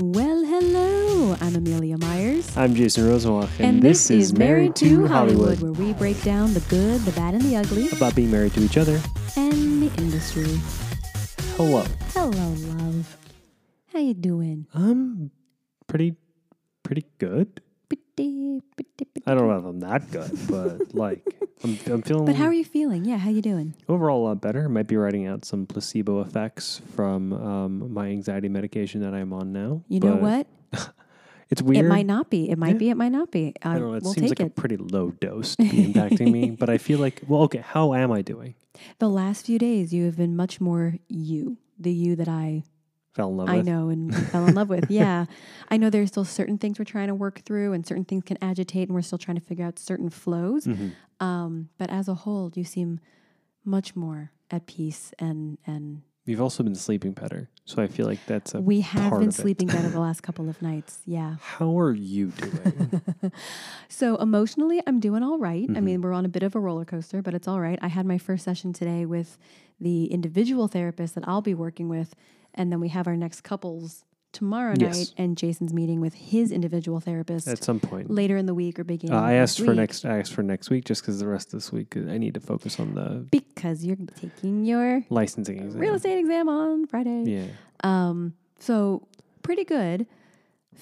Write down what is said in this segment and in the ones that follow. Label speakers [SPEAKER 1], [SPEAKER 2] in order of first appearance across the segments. [SPEAKER 1] Well, hello. I'm Amelia Myers.
[SPEAKER 2] I'm Jason Rosenwald,
[SPEAKER 1] And, this, is Married to Hollywood, where we break down the good, the bad, and the ugly,
[SPEAKER 2] about being married to each other.
[SPEAKER 1] and the industry.
[SPEAKER 2] Hello.
[SPEAKER 1] Hello, love. How you doing?
[SPEAKER 2] I'm pretty, pretty good.
[SPEAKER 1] Pretty, pretty, pretty.
[SPEAKER 2] I don't know if I'm that good, but like, I'm, I'm feeling
[SPEAKER 1] But how are you feeling? Yeah, how you doing?
[SPEAKER 2] overall a lot better. Might be writing out some placebo effects from um, my anxiety medication that I'm on now.
[SPEAKER 1] You know
[SPEAKER 2] but
[SPEAKER 1] what?
[SPEAKER 2] It's weird.
[SPEAKER 1] It might not be. It might be. It might not be. Uh,
[SPEAKER 2] I don't know. It
[SPEAKER 1] we'll
[SPEAKER 2] seems
[SPEAKER 1] take
[SPEAKER 2] like a
[SPEAKER 1] it.
[SPEAKER 2] pretty low dose to be impacting me, but I feel like, well, okay, how am I doing?
[SPEAKER 1] The last few days, you have been much more you, the you that I
[SPEAKER 2] Fell in love
[SPEAKER 1] I
[SPEAKER 2] with.
[SPEAKER 1] know and fell in love with. Yeah. I know there's still certain things we're trying to work through and certain things can agitate and we're still trying to figure out certain flows.
[SPEAKER 2] Mm-hmm.
[SPEAKER 1] Um, but as a whole, you seem much more at peace and and
[SPEAKER 2] You've also been sleeping better, so I feel like that's a
[SPEAKER 1] we have
[SPEAKER 2] part
[SPEAKER 1] been
[SPEAKER 2] of it.
[SPEAKER 1] sleeping better the last couple of nights. Yeah.
[SPEAKER 2] How are you doing?
[SPEAKER 1] So emotionally, I'm doing all right. I
[SPEAKER 2] Mm-hmm.
[SPEAKER 1] mean, we're on a bit of a roller coaster, but it's all right. I had my first session today with the individual therapist that I'll be working with, and then we have our next couples tomorrow
[SPEAKER 2] Yes.
[SPEAKER 1] night, and Jason's meeting with his individual therapist
[SPEAKER 2] At some point,
[SPEAKER 1] later in the week or beginning.
[SPEAKER 2] Uh, I
[SPEAKER 1] of
[SPEAKER 2] asked for
[SPEAKER 1] week
[SPEAKER 2] next. I asked for next week just because the rest of this week uh, I need to focus on the
[SPEAKER 1] because you're taking your
[SPEAKER 2] licensing exam.
[SPEAKER 1] real estate exam on Friday.
[SPEAKER 2] Yeah,
[SPEAKER 1] Um, so pretty good.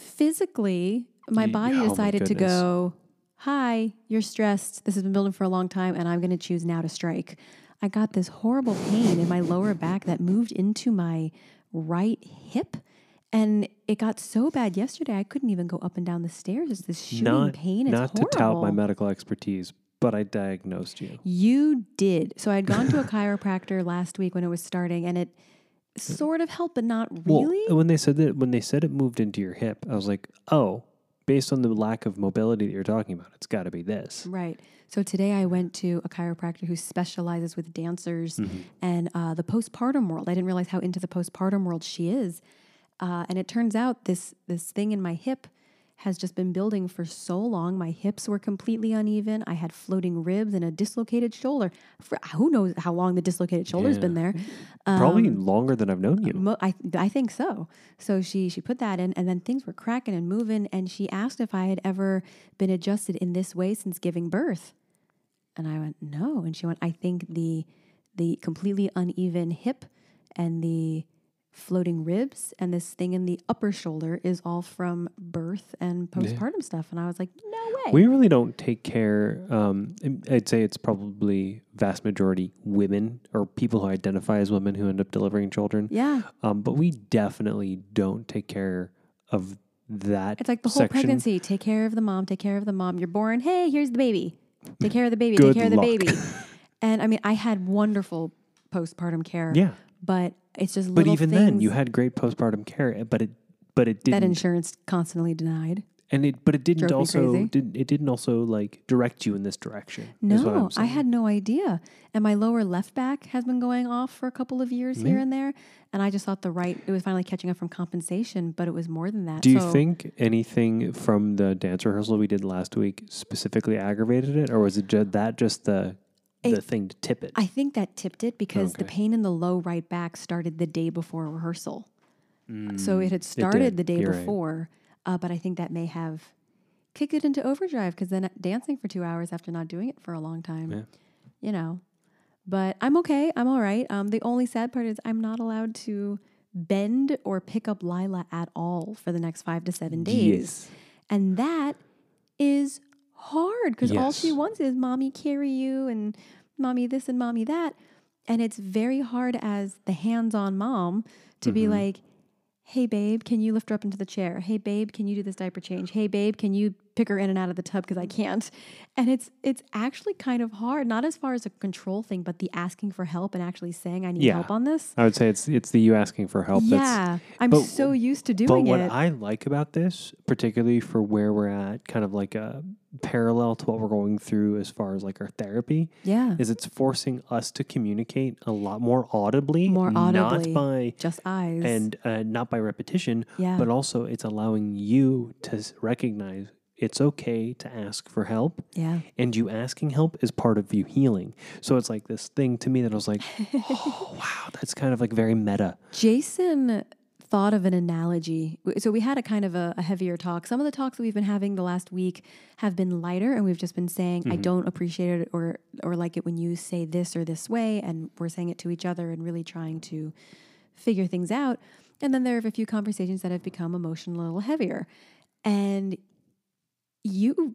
[SPEAKER 1] Physically, my
[SPEAKER 2] Ye-
[SPEAKER 1] body
[SPEAKER 2] oh my
[SPEAKER 1] decided to
[SPEAKER 2] goodness.
[SPEAKER 1] go. Hi, you're stressed. This has been building for a long time, and I'm going to choose now to strike. I got this horrible pain in my lower back that moved into my right hip. And it got so bad yesterday, I couldn't even go up and down the stairs. It's this shooting
[SPEAKER 2] not
[SPEAKER 1] pain. It's
[SPEAKER 2] not to
[SPEAKER 1] horrible.
[SPEAKER 2] tout my medical expertise, but I diagnosed you.
[SPEAKER 1] You did. So I'd gone to a chiropractor last week when it was starting, and it sort of helped, but not really.
[SPEAKER 2] Uh, Well, when they said that, when they said it moved into your hip, I was like, oh, based on the lack of mobility that you're talking about, it's got to be this.
[SPEAKER 1] right. So today I went to a chiropractor who specializes with dancers and uh, the postpartum world. I didn't realize how into the postpartum world she is, uh, and it turns out this this thing in my hip has just been building for so long. My hips were completely uneven. I had floating ribs and a dislocated shoulder. For who knows how long the dislocated shoulder's been there. Um,
[SPEAKER 2] Probably longer than I've known you.
[SPEAKER 1] Mo- I, I think so. So she she put that in, and then things were cracking and moving. And she asked if I had ever been adjusted in this way since giving birth, and I went no. And she went, I think the the completely uneven hip and the floating ribs and this thing in the upper shoulder is all from birth and postpartum stuff. And I was like, no way.
[SPEAKER 2] We really don't take care. Um, I'd say it's probably vast majority women or people who identify as women who end up delivering children.
[SPEAKER 1] yeah,
[SPEAKER 2] Um, but we definitely don't take care of that.
[SPEAKER 1] it's like the whole
[SPEAKER 2] section.
[SPEAKER 1] pregnancy. Take care of the mom. Take care of the mom. You're born. Hey, here's the baby. Take care of the baby. take
[SPEAKER 2] Good
[SPEAKER 1] care of the
[SPEAKER 2] luck.
[SPEAKER 1] baby. And I mean, I had wonderful postpartum care.
[SPEAKER 2] Yeah,
[SPEAKER 1] But it's just
[SPEAKER 2] but
[SPEAKER 1] little
[SPEAKER 2] even
[SPEAKER 1] things
[SPEAKER 2] then, you had great postpartum care, eh, but it but it
[SPEAKER 1] that
[SPEAKER 2] didn't,
[SPEAKER 1] insurance constantly denied.
[SPEAKER 2] and it but it didn't
[SPEAKER 1] drove me
[SPEAKER 2] also
[SPEAKER 1] crazy.
[SPEAKER 2] did, it didn't also like direct you in this direction. is what
[SPEAKER 1] No,
[SPEAKER 2] I'm
[SPEAKER 1] I
[SPEAKER 2] saying.
[SPEAKER 1] had no idea. And my lower left back has been going off for a couple of years here and there. And I just thought the right, it was finally catching up from compensation, but it was more than that.
[SPEAKER 2] Do you
[SPEAKER 1] so
[SPEAKER 2] think anything from the dance rehearsal we did last week specifically aggravated it, or was it ju- that just the the thing to tip it?
[SPEAKER 1] I think that tipped it because the
[SPEAKER 2] Okay.
[SPEAKER 1] pain in the low right back started the day before rehearsal. so it had started
[SPEAKER 2] Mm, did.
[SPEAKER 1] the day
[SPEAKER 2] You're right.
[SPEAKER 1] before, uh, but I think that may have kicked it into overdrive because then uh, dancing for two hours after not doing it for a long time,
[SPEAKER 2] Yeah.
[SPEAKER 1] you know. But I'm okay. I'm all right. Um, the only sad part is I'm not allowed to bend or pick up Lila at all for the next five to seven days. And that is hard because all she
[SPEAKER 2] Yes.
[SPEAKER 1] wants is mommy carry you and mommy this and mommy that. And it's very hard as the hands on mom to be
[SPEAKER 2] Mm-hmm.
[SPEAKER 1] like, hey, babe, can you lift her up into the chair? Hey, babe, can you do this diaper change? Hey, babe, can you pick her in and out of the tub because I can't? And it's it's actually kind of hard, not as far as a control thing, but the asking for help and actually saying I need
[SPEAKER 2] Yeah.
[SPEAKER 1] help on this.
[SPEAKER 2] I would say it's it's the you asking for help. That's,
[SPEAKER 1] yeah, I'm
[SPEAKER 2] but-
[SPEAKER 1] so used to
[SPEAKER 2] But
[SPEAKER 1] doing
[SPEAKER 2] what
[SPEAKER 1] it.
[SPEAKER 2] I like about this, particularly for where we're at, kind of like a parallel to what we're going through as far as like our therapy,
[SPEAKER 1] yeah,
[SPEAKER 2] is it's forcing us to communicate a lot more audibly,
[SPEAKER 1] More audibly.
[SPEAKER 2] not by
[SPEAKER 1] just eyes.
[SPEAKER 2] and uh, not by repetition,
[SPEAKER 1] Yeah.
[SPEAKER 2] but also it's allowing you to s- recognize it's okay to ask for help.
[SPEAKER 1] yeah,
[SPEAKER 2] And you asking help is part of you healing. So it's like this thing to me that I was like, oh, wow, that's kind of like very meta.
[SPEAKER 1] Jason thought of an analogy. W- So we had a kind of a, a heavier talk. Some of the talks that we've been having the last week have been lighter, and we've just been saying, "I don't appreciate it" or or like it when you say this or this way, and we're saying it to each other and really trying to figure things out. And then there are a few conversations that have become emotional, a little heavier. And you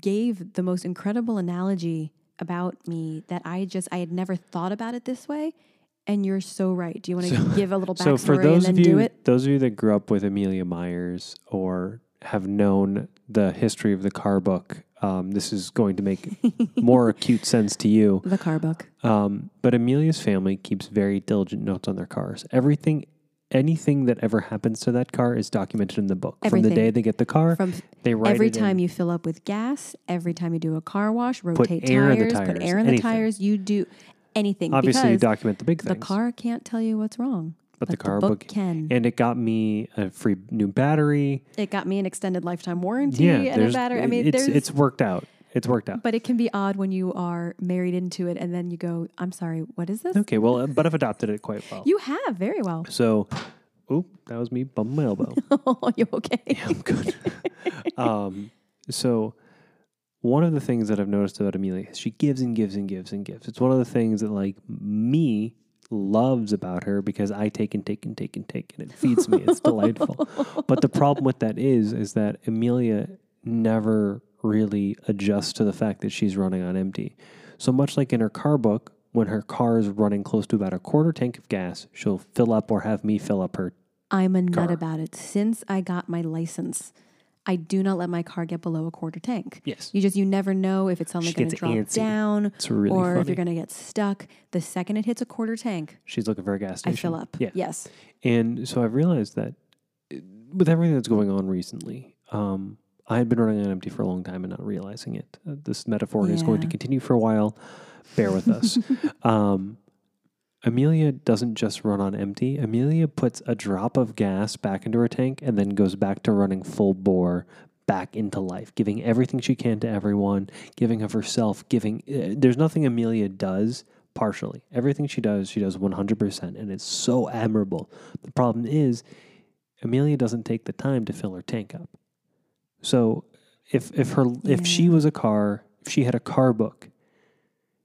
[SPEAKER 1] gave the most incredible analogy about me that I just I had never thought about it this way. And you're so right. Do you want to give a little backstory
[SPEAKER 2] So for those
[SPEAKER 1] and then
[SPEAKER 2] of
[SPEAKER 1] do
[SPEAKER 2] you,
[SPEAKER 1] it?
[SPEAKER 2] those of you that grew up with Amelia Myers or have known the history of the car book, um, this is going to make more acute sense to you.
[SPEAKER 1] The car book.
[SPEAKER 2] Um, but Amelia's family keeps very diligent notes on their cars. Everything, anything that ever happens to that car is documented in the book. From
[SPEAKER 1] Everything.
[SPEAKER 2] the day they get the car,
[SPEAKER 1] From
[SPEAKER 2] they write
[SPEAKER 1] every
[SPEAKER 2] it in.
[SPEAKER 1] time you fill up with gas, every time you do a car wash, rotate
[SPEAKER 2] air in the
[SPEAKER 1] tires, put
[SPEAKER 2] tires,
[SPEAKER 1] air in the
[SPEAKER 2] anything.
[SPEAKER 1] tires, you do anything.
[SPEAKER 2] Obviously, you
[SPEAKER 1] because
[SPEAKER 2] document the big
[SPEAKER 1] the
[SPEAKER 2] things.
[SPEAKER 1] car can't tell you what's wrong.
[SPEAKER 2] but the car book,
[SPEAKER 1] can.
[SPEAKER 2] and it got me a free new battery.
[SPEAKER 1] It got me an extended lifetime warranty
[SPEAKER 2] Yeah,
[SPEAKER 1] and a
[SPEAKER 2] there's-
[SPEAKER 1] battery. I mean,
[SPEAKER 2] it's
[SPEAKER 1] there's
[SPEAKER 2] it's worked out. It's worked out.
[SPEAKER 1] But it can be odd when you are married into it and then you go, I'm sorry, what is this?
[SPEAKER 2] Okay, well, uh, but I've adopted it quite well.
[SPEAKER 1] You have very well.
[SPEAKER 2] so, oop, that was me bumping my elbow.
[SPEAKER 1] Oh, you okay?
[SPEAKER 2] I'm good. um, so, one of the things that I've noticed about Amelia is she gives and gives and gives and gives. It's one of the things that like me loves about her because I take and take and take and take and it feeds me. It's delightful. But the problem with that is is that Amelia never really adjusts to the fact that she's running on empty. So much like in her car book, when her car is running close to about a quarter tank of gas, she'll fill up or have me fill up her
[SPEAKER 1] I'm a nut about it. Since I got my license, I do not let my car get below a quarter tank.
[SPEAKER 2] Yes.
[SPEAKER 1] You just, you never know if it's suddenly
[SPEAKER 2] She
[SPEAKER 1] going to
[SPEAKER 2] gets
[SPEAKER 1] drop
[SPEAKER 2] antsy.
[SPEAKER 1] down
[SPEAKER 2] It's really
[SPEAKER 1] or if
[SPEAKER 2] funny.
[SPEAKER 1] you're going to get stuck. The second it hits a quarter tank,
[SPEAKER 2] She's looking for a gas
[SPEAKER 1] I
[SPEAKER 2] station.
[SPEAKER 1] fill up.
[SPEAKER 2] Yeah.
[SPEAKER 1] Yes.
[SPEAKER 2] And so I've realized that uh, with everything that's going on recently, um, I had been running on empty for a long time and not realizing it. Uh, this metaphor is going to
[SPEAKER 1] Yeah.
[SPEAKER 2] continue for a while. Bear with us. um, Amelia doesn't just run on empty. Amelia puts a drop of gas back into her tank and then goes back to running full bore back into life, giving everything she can to everyone, giving of herself, giving. Uh, there's nothing Amelia does partially. Everything she does, she does 100%, and it's so admirable. The problem is, Amelia doesn't take the time to fill her tank up. So if if her if she was a car, if she had a car book,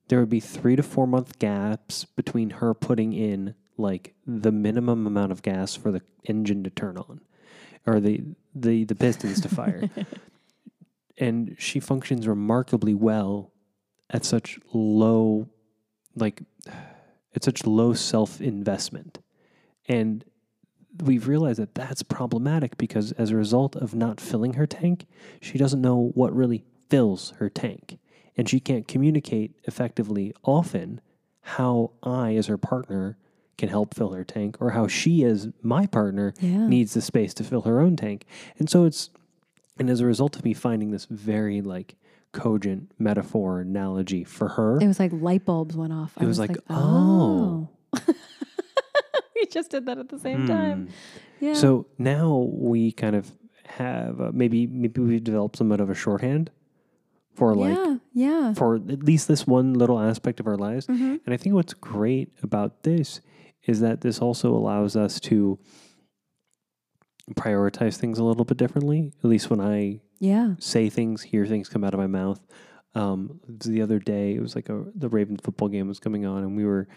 [SPEAKER 2] there would be three to four month gaps between her putting in like the minimum amount of gas for the engine to turn on, or the the the pistons to fire. And she functions remarkably well at such low, like, at such low self investment. And we've realized that that's problematic because as a result of not filling her tank, she doesn't know what really fills her tank. And she can't communicate effectively often how I, as her partner, can help fill her tank or how she, as my partner,
[SPEAKER 1] Yeah.
[SPEAKER 2] needs the space to fill her own tank. And so it's, and as a result of me finding this very like cogent metaphor analogy for her,
[SPEAKER 1] It was like light bulbs went off. It
[SPEAKER 2] was like, oh.
[SPEAKER 1] we just did that at the same time. Yeah.
[SPEAKER 2] Hmm. So now we kind of have uh, maybe maybe we've developed somewhat of a shorthand for like
[SPEAKER 1] yeah. Yeah.
[SPEAKER 2] for at least this one little aspect of our lives.
[SPEAKER 1] Mm-hmm.
[SPEAKER 2] And I think what's great about this is that this also allows us to prioritize things a little bit differently. At least when I
[SPEAKER 1] Yeah.
[SPEAKER 2] say things, hear things come out of my mouth. Um, the other day, it was like a, the Ravens football game was coming on, and we were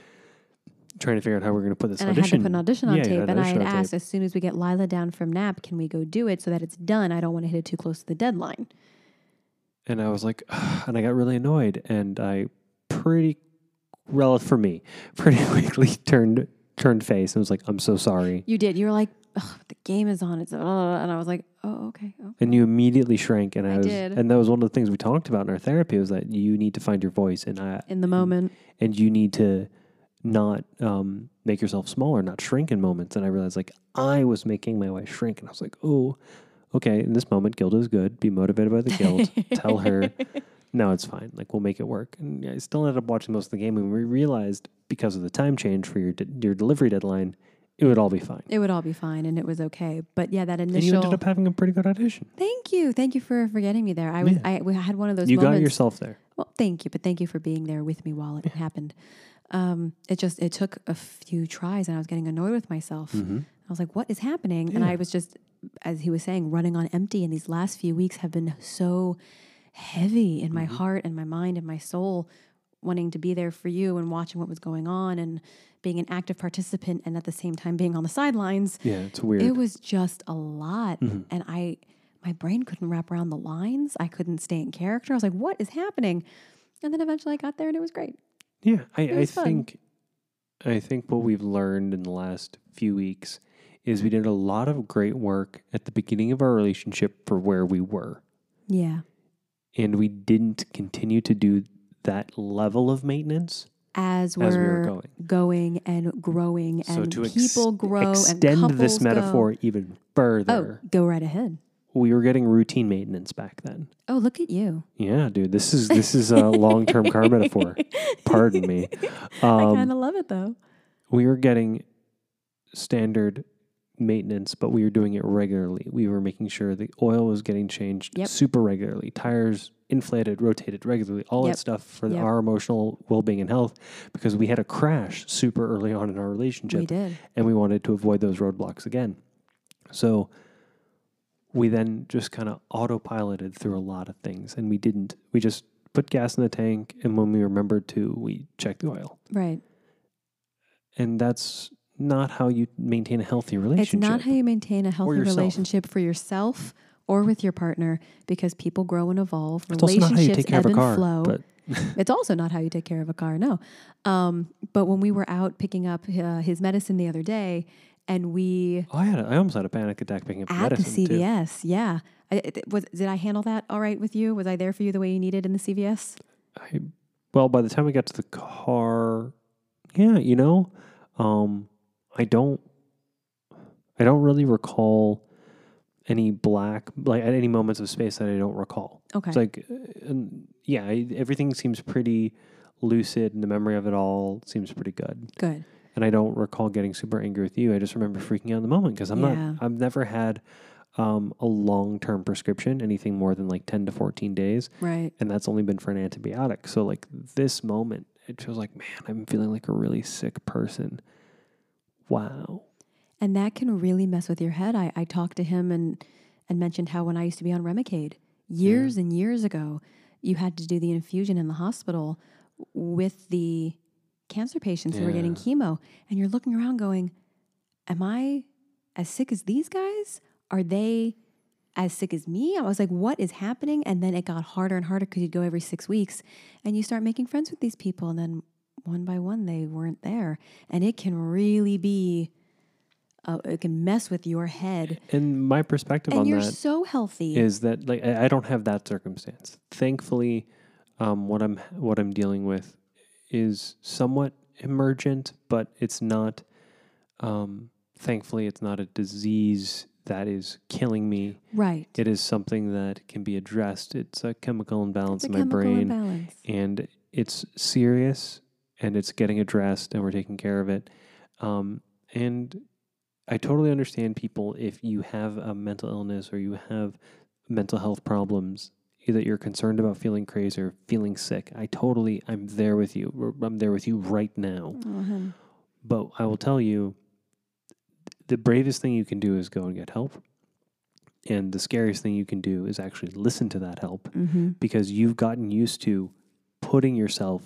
[SPEAKER 2] trying to figure out how we are going to put this
[SPEAKER 1] and
[SPEAKER 2] audition.
[SPEAKER 1] I had to put an audition on
[SPEAKER 2] Yeah, you
[SPEAKER 1] tape.
[SPEAKER 2] had an
[SPEAKER 1] And I had
[SPEAKER 2] audition on tape.
[SPEAKER 1] asked as soon as we get Lila down from nap, can we go do it so that it's done? I don't want to hit it too close to the deadline.
[SPEAKER 2] and I was like, and I got really annoyed, and I pretty well for me, pretty quickly turned turned face and was like, I'm so sorry,
[SPEAKER 1] You did. You were like, "Ugh, the game is on. It's uh," and I was like, oh okay. Oh.
[SPEAKER 2] and you immediately shrank, and I,
[SPEAKER 1] I
[SPEAKER 2] was,
[SPEAKER 1] did.
[SPEAKER 2] and that was one of the things we talked about in our therapy was that you need to find your voice, and I
[SPEAKER 1] In the moment,
[SPEAKER 2] and you need to not um, make yourself smaller, not shrink in moments. And I realized like I was making my wife shrink, and I was like, oh, okay. In this moment, guilt is good. Be motivated by the guilt. Tell her, no, it's fine. Like we'll make it work. And I still ended up watching most of the game, and we realized because of the time change for your de- your delivery deadline, it would all be fine.
[SPEAKER 1] it would all be fine and it was okay. But yeah, that
[SPEAKER 2] And you
[SPEAKER 1] initial.
[SPEAKER 2] ended up having a pretty good audition.
[SPEAKER 1] thank you, thank you for forgetting me there. I was. I, we had one of those.
[SPEAKER 2] You
[SPEAKER 1] moments.
[SPEAKER 2] got yourself there.
[SPEAKER 1] Well, thank you, but thank you for being there with me while
[SPEAKER 2] Hmm. Mm-hmm.
[SPEAKER 1] it happened. Um, it just it took a few tries, and I was getting annoyed with myself. I was like, what is happening? And I was just, as he was saying, running on empty. And these last few weeks have been so heavy in my heart and my mind and my soul, wanting to be there for you and watching what was going on and being an active participant and at the same time being on the sidelines.
[SPEAKER 2] Yeah, it's weird. Mm-hmm.
[SPEAKER 1] It was just a lot. And I my brain couldn't wrap around the lines. I couldn't stay in character. I was like, what is happening? And then eventually I got there and it was great.
[SPEAKER 2] Yeah, I, I
[SPEAKER 1] was fun.
[SPEAKER 2] think I think what we've learned in the last few weeks is we did a lot of great work at the beginning of our relationship for where we were.
[SPEAKER 1] Yeah.
[SPEAKER 2] And we didn't continue to do that level of maintenance.
[SPEAKER 1] As we're,
[SPEAKER 2] As we were going.
[SPEAKER 1] and growing
[SPEAKER 2] so
[SPEAKER 1] and
[SPEAKER 2] to ex-
[SPEAKER 1] people grow and
[SPEAKER 2] extend
[SPEAKER 1] couples
[SPEAKER 2] this metaphor
[SPEAKER 1] Go.
[SPEAKER 2] even
[SPEAKER 1] Oh,
[SPEAKER 2] further,
[SPEAKER 1] go right ahead.
[SPEAKER 2] we were getting routine maintenance back then.
[SPEAKER 1] Oh, look at you.
[SPEAKER 2] Yeah, dude, this is this is a long term car metaphor. Pardon me.
[SPEAKER 1] I
[SPEAKER 2] Um,
[SPEAKER 1] kind of love it though.
[SPEAKER 2] we were getting standard maintenance, but we were doing it regularly. We were making sure the oil was getting changed
[SPEAKER 1] Yep.
[SPEAKER 2] super regularly, tires inflated, rotated regularly, all
[SPEAKER 1] Yep.
[SPEAKER 2] that stuff for
[SPEAKER 1] Yep.
[SPEAKER 2] our emotional well being and health because we had a crash super early on in our relationship
[SPEAKER 1] We did.
[SPEAKER 2] and we wanted to avoid those roadblocks again. So we then just kind of autopiloted through a lot of things and we didn't. We just put gas in the tank and when we remembered to, we checked the oil
[SPEAKER 1] Right.
[SPEAKER 2] and that's not how you maintain a healthy relationship.
[SPEAKER 1] It's not how you maintain a healthy
[SPEAKER 2] yourself.
[SPEAKER 1] relationship for yourself or with your partner because people grow and evolve.
[SPEAKER 2] it's also not how you take care of a
[SPEAKER 1] ebb
[SPEAKER 2] car.
[SPEAKER 1] and flow.
[SPEAKER 2] But
[SPEAKER 1] It's also not how you take care of a car, no. Um, but when we were out picking up uh, his medicine the other day, and we
[SPEAKER 2] oh, I had a, I almost had a panic attack picking up
[SPEAKER 1] at the
[SPEAKER 2] medicine too.
[SPEAKER 1] CVS, yeah, I, it- was did I handle that all right with you? Was I there for you the way you needed in the CVS?
[SPEAKER 2] I, well, by the time we got to the car, yeah, you know, um, I don't, I don't really recall any black like at any moments of space that I don't recall.
[SPEAKER 1] Okay,
[SPEAKER 2] It's like, uh, and yeah, I, everything seems pretty lucid, and the memory of it all seems pretty good.
[SPEAKER 1] good.
[SPEAKER 2] and I don't recall getting super angry with you. I just remember freaking out in the moment because I'm
[SPEAKER 1] Yeah.
[SPEAKER 2] not. I've never had um, a long term prescription, anything more than like ten to fourteen days,
[SPEAKER 1] Right.
[SPEAKER 2] and that's only been for an antibiotic. So like this moment, it feels like man, I'm feeling like a really sick person. Wow.
[SPEAKER 1] And that can really mess with your head. I, I talked to him and and mentioned how when I used to be on Remicade years and years ago, you had to do the infusion in the hospital with the cancer patients who were getting
[SPEAKER 2] Yeah.
[SPEAKER 1] chemo, and you're looking around going, "Am I as sick as these guys? Are they as sick as me?" I was like, "What is happening?" And then it got harder and harder because you'd go every six weeks, and you start making friends with these people, and then one by one they weren't there, and it can really be uh, it can mess with your head.
[SPEAKER 2] And my perspective
[SPEAKER 1] And
[SPEAKER 2] on
[SPEAKER 1] you're
[SPEAKER 2] that
[SPEAKER 1] so healthy.
[SPEAKER 2] is that like I I don't have that circumstance. Thankfully, um, what I'm what I'm dealing with is somewhat emergent, but it's not. Um, thankfully, it's not a disease that is killing me.
[SPEAKER 1] right.
[SPEAKER 2] It is something that can be addressed. It's a chemical imbalance
[SPEAKER 1] It's a
[SPEAKER 2] in my
[SPEAKER 1] chemical
[SPEAKER 2] brain,
[SPEAKER 1] imbalance.
[SPEAKER 2] and it's serious, and it's getting addressed, and we're taking care of it. Um, and I totally understand people if you have a mental illness or you have mental health problems that you're concerned about feeling crazy or feeling sick. I totally, I'm there with you. I'm there with you right now.
[SPEAKER 1] Oh, hun.
[SPEAKER 2] But I will tell you, the bravest thing you can do is go and get help. And the scariest thing you can do is actually listen to that help
[SPEAKER 1] Mm-hmm.
[SPEAKER 2] because you've gotten used to putting yourself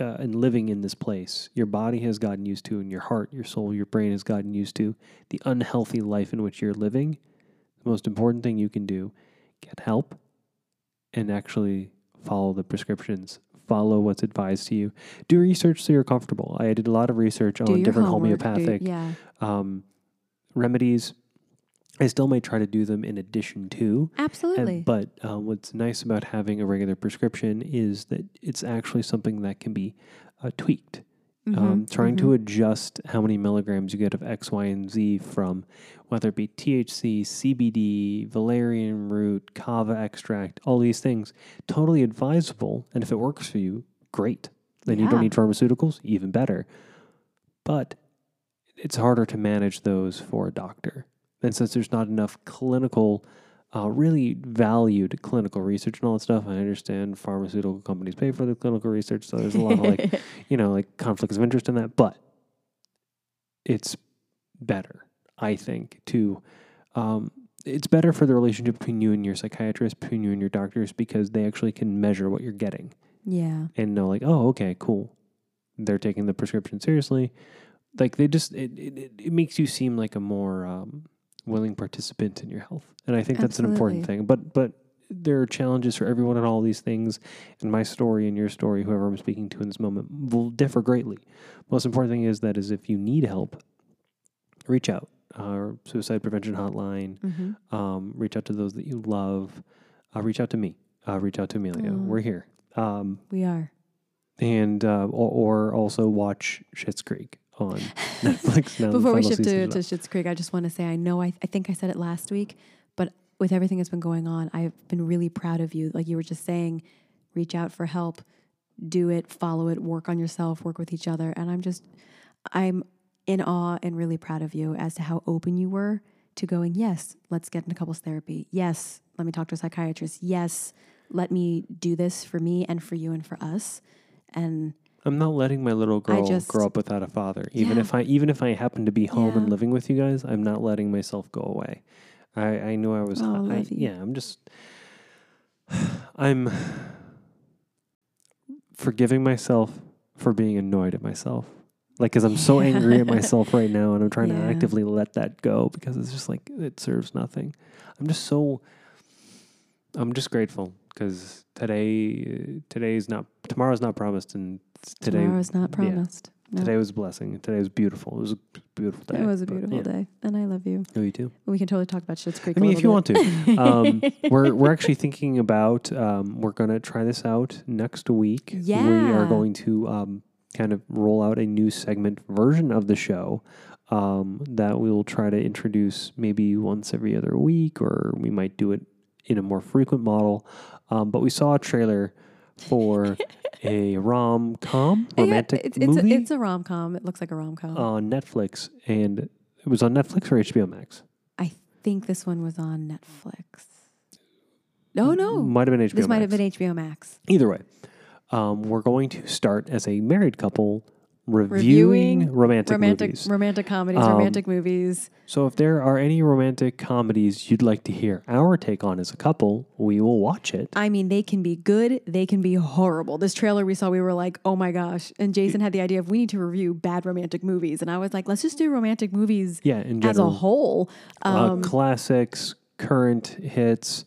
[SPEAKER 2] uh, and living in this place. Your body has gotten used to, and your heart, your soul, your brain has gotten used to the unhealthy life in which you're living. The most important thing you can do, get help and actually follow the prescriptions. Follow what's advised to you. Do research so you're comfortable. I did a lot of research
[SPEAKER 1] Do
[SPEAKER 2] on
[SPEAKER 1] your
[SPEAKER 2] Oh, different
[SPEAKER 1] homework, do-
[SPEAKER 2] homeopathic
[SPEAKER 1] yeah,
[SPEAKER 2] um, remedies. I still may try to do them in addition to, and-
[SPEAKER 1] absolutely.
[SPEAKER 2] but uh, what's nice about having a regular prescription is that it's actually something that can be uh, tweaked.
[SPEAKER 1] Mm-hmm.
[SPEAKER 2] Um, trying to adjust how many milligrams you get of X, Y, and Z from whether it be THC, CBD, valerian root, kava extract, all these things, totally advisable. And if it works for you, great. Then you
[SPEAKER 1] Yeah.
[SPEAKER 2] don't need pharmaceuticals, even better. But it's harder to manage those for a doctor. And since there's not enough clinical, uh, really valued clinical research and all that stuff, I understand pharmaceutical companies pay for the clinical research. So there's a lot of uh, like, you know, like conflicts of interest in that, but it's better. I think, to um, it's better for the relationship between you and your psychiatrist, between you and your doctors, because they actually can measure what you're getting
[SPEAKER 1] Yeah.
[SPEAKER 2] and know, like, oh, okay, cool. They're taking the prescription seriously. Like, they just, it, it, it- it makes you seem like a more um, willing participant in your health. And I think that's an important
[SPEAKER 1] Absolutely.
[SPEAKER 2] thing. But, but, there are challenges for everyone in all these things, and my story and your story, whoever I'm speaking to in this moment, will differ greatly. Most important thing is that is if you need help, reach out. Our suicide prevention hotline,
[SPEAKER 1] hmm
[SPEAKER 2] um, reach out to those that you love. Uh, reach out to me. Uh, reach out to Amelia.
[SPEAKER 1] Aw.
[SPEAKER 2] We're here. Um,
[SPEAKER 1] We are.
[SPEAKER 2] and uh, or, or also watch Schitt's Creek on Netflix now. the
[SPEAKER 1] Before we
[SPEAKER 2] final
[SPEAKER 1] shift to,
[SPEAKER 2] season's
[SPEAKER 1] to
[SPEAKER 2] out.
[SPEAKER 1] Schitt's Creek, I just want to say I know I, I think I said it last week, but with everything that's been going on, I've been really proud of you. Like you were just saying, reach out for help, do it, follow it, work on yourself, work with each other. And I'm just, I'm in awe and really proud of you as to how open you were to going, yes, let's get into couples therapy. Yes, let me talk to a psychiatrist. Yes, let me do this for me and for you and for us. And
[SPEAKER 2] I'm not letting my little girl
[SPEAKER 1] just-
[SPEAKER 2] grow up without a father. Even
[SPEAKER 1] Yeah.
[SPEAKER 2] if I even if I happen to be home and
[SPEAKER 1] Yeah.
[SPEAKER 2] living with you guys, I'm not letting myself go away. I, I knew I was.
[SPEAKER 1] Oh,
[SPEAKER 2] hi- I,
[SPEAKER 1] love you.
[SPEAKER 2] yeah, I'm just. I'm forgiving myself for being annoyed at myself. Like, because I'm so angry at myself right now, and I'm trying to
[SPEAKER 1] Yeah.
[SPEAKER 2] actively let that go because it's just like it serves nothing. I'm just so. I'm just grateful because today, today's not tomorrow's not promised, and today
[SPEAKER 1] tomorrow is not
[SPEAKER 2] yeah.
[SPEAKER 1] promised. No.
[SPEAKER 2] Today was a blessing. Today was beautiful. It was a beautiful day.
[SPEAKER 1] It was a
[SPEAKER 2] But,
[SPEAKER 1] beautiful
[SPEAKER 2] yeah.
[SPEAKER 1] day, and I love you.
[SPEAKER 2] Oh, you too.
[SPEAKER 1] We can totally talk about Schitt's Creek.
[SPEAKER 2] I mean,
[SPEAKER 1] a
[SPEAKER 2] if you
[SPEAKER 1] little
[SPEAKER 2] want
[SPEAKER 1] bit.
[SPEAKER 2] to, um, we're we're actually thinking about um, we're gonna try this out next week. we are
[SPEAKER 1] Yeah.
[SPEAKER 2] going to um, kind of roll out a new segment version of the show um, that we will try to introduce maybe once every other week, or we might do it in a more frequent model. Um, but we saw a trailer for a rom com
[SPEAKER 1] Yeah,
[SPEAKER 2] romantic
[SPEAKER 1] it's, it's,
[SPEAKER 2] movie Oh.
[SPEAKER 1] A, it's a rom com. It looks like a rom com.
[SPEAKER 2] on Netflix, and it was on Netflix or HBO Max.
[SPEAKER 1] I think this one was on Netflix. No, no,
[SPEAKER 2] might have been HBO.
[SPEAKER 1] Oh. this might
[SPEAKER 2] Max.
[SPEAKER 1] have been HBO Max.
[SPEAKER 2] Either way, um, we're going to start as a married couple reviewing,
[SPEAKER 1] Reviewing
[SPEAKER 2] romantic,
[SPEAKER 1] Romantic,
[SPEAKER 2] movies.
[SPEAKER 1] romantic comedies,
[SPEAKER 2] Um,
[SPEAKER 1] romantic movies.
[SPEAKER 2] so if there are any romantic comedies you'd like to hear our take on as a couple, we will watch it.
[SPEAKER 1] I mean, they can be good, they can be horrible. This trailer we saw, we were like, oh my gosh. And Jason had the idea of we need to review bad romantic movies, and I was like, let's just do romantic movies
[SPEAKER 2] Yeah, in
[SPEAKER 1] as a
[SPEAKER 2] general,
[SPEAKER 1] whole. Um,
[SPEAKER 2] uh, classics, current hits,